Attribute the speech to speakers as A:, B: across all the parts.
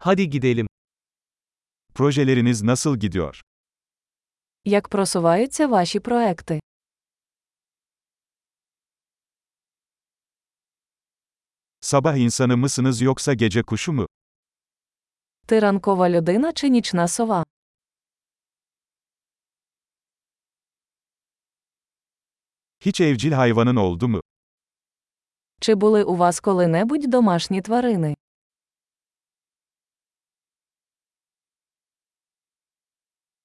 A: Hadi gidelim.
B: Projeleriniz nasıl gidiyor?
C: Як просуваються ваші проекти?
B: Sabah insanı mısınız yoksa gece kuşu mu?
C: Ти ранкова людина чи нічна сова?
B: Hiç evcil hayvanın oldu mu?
C: Чи були у вас коли-небудь домашні тварини?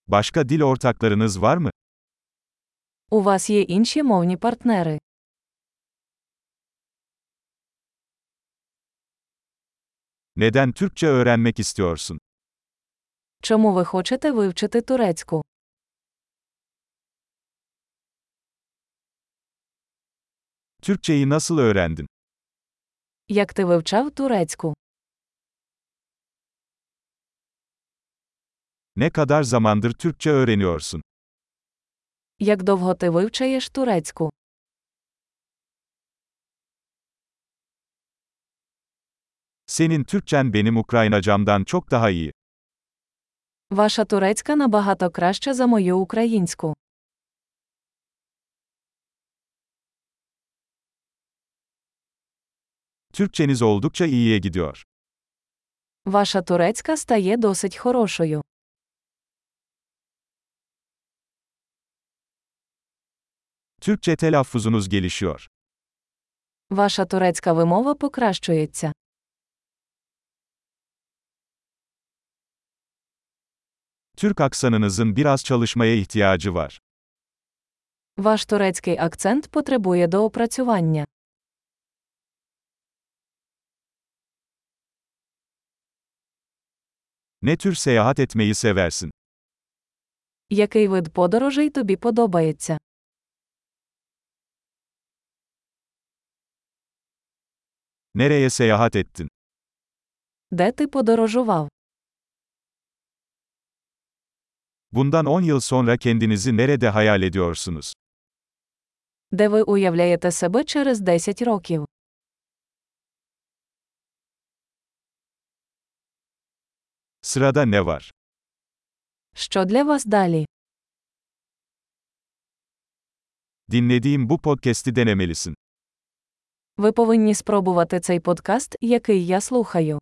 B: Başka dil ortaklarınız var mı?
C: У вас є інші мовні партнери.
B: Neden Türkçe öğrenmek istiyorsun?
C: Чому ви хочете вивчити турецьку?
B: Türkçeyi nasıl öğrendin?
C: Як ти вивчав турецьку?
B: Ne kadar zamandır Türkçe öğreniyorsun?
C: Як довго ти вивчаєш турецьку?
B: Senin Türkçen benim Ukraynacamdan çok daha iyi.
C: Ваша турецька набагато краще за мою українську.
B: Türkçeniz oldukça iyiye gidiyor.
C: Ваша турецька стає досить хорошою.
B: Türkçe telaffuzunuz gelişiyor.
C: Ваша турецька вимова покращується.
B: Türk aksanınızın biraz çalışmaya ihtiyacı var.
C: Ваш турецький акцент потребує доопрацювання.
B: Ne tür seyahat etmeyi seversin?
C: Який вид подорожей тобі подобається?
B: Nereye seyahat ettin?
C: Де ти подорожував?
B: Bundan 10 yıl sonra kendinizi nerede hayal ediyorsunuz?
C: Де ви уявляєте себе через 10 років?
B: Sırada ne var?
C: Що для вас далі?
B: Dinlediğim bu podcast'i denemelisin.
C: Ви повинні спробувати цей подкаст, який я слухаю.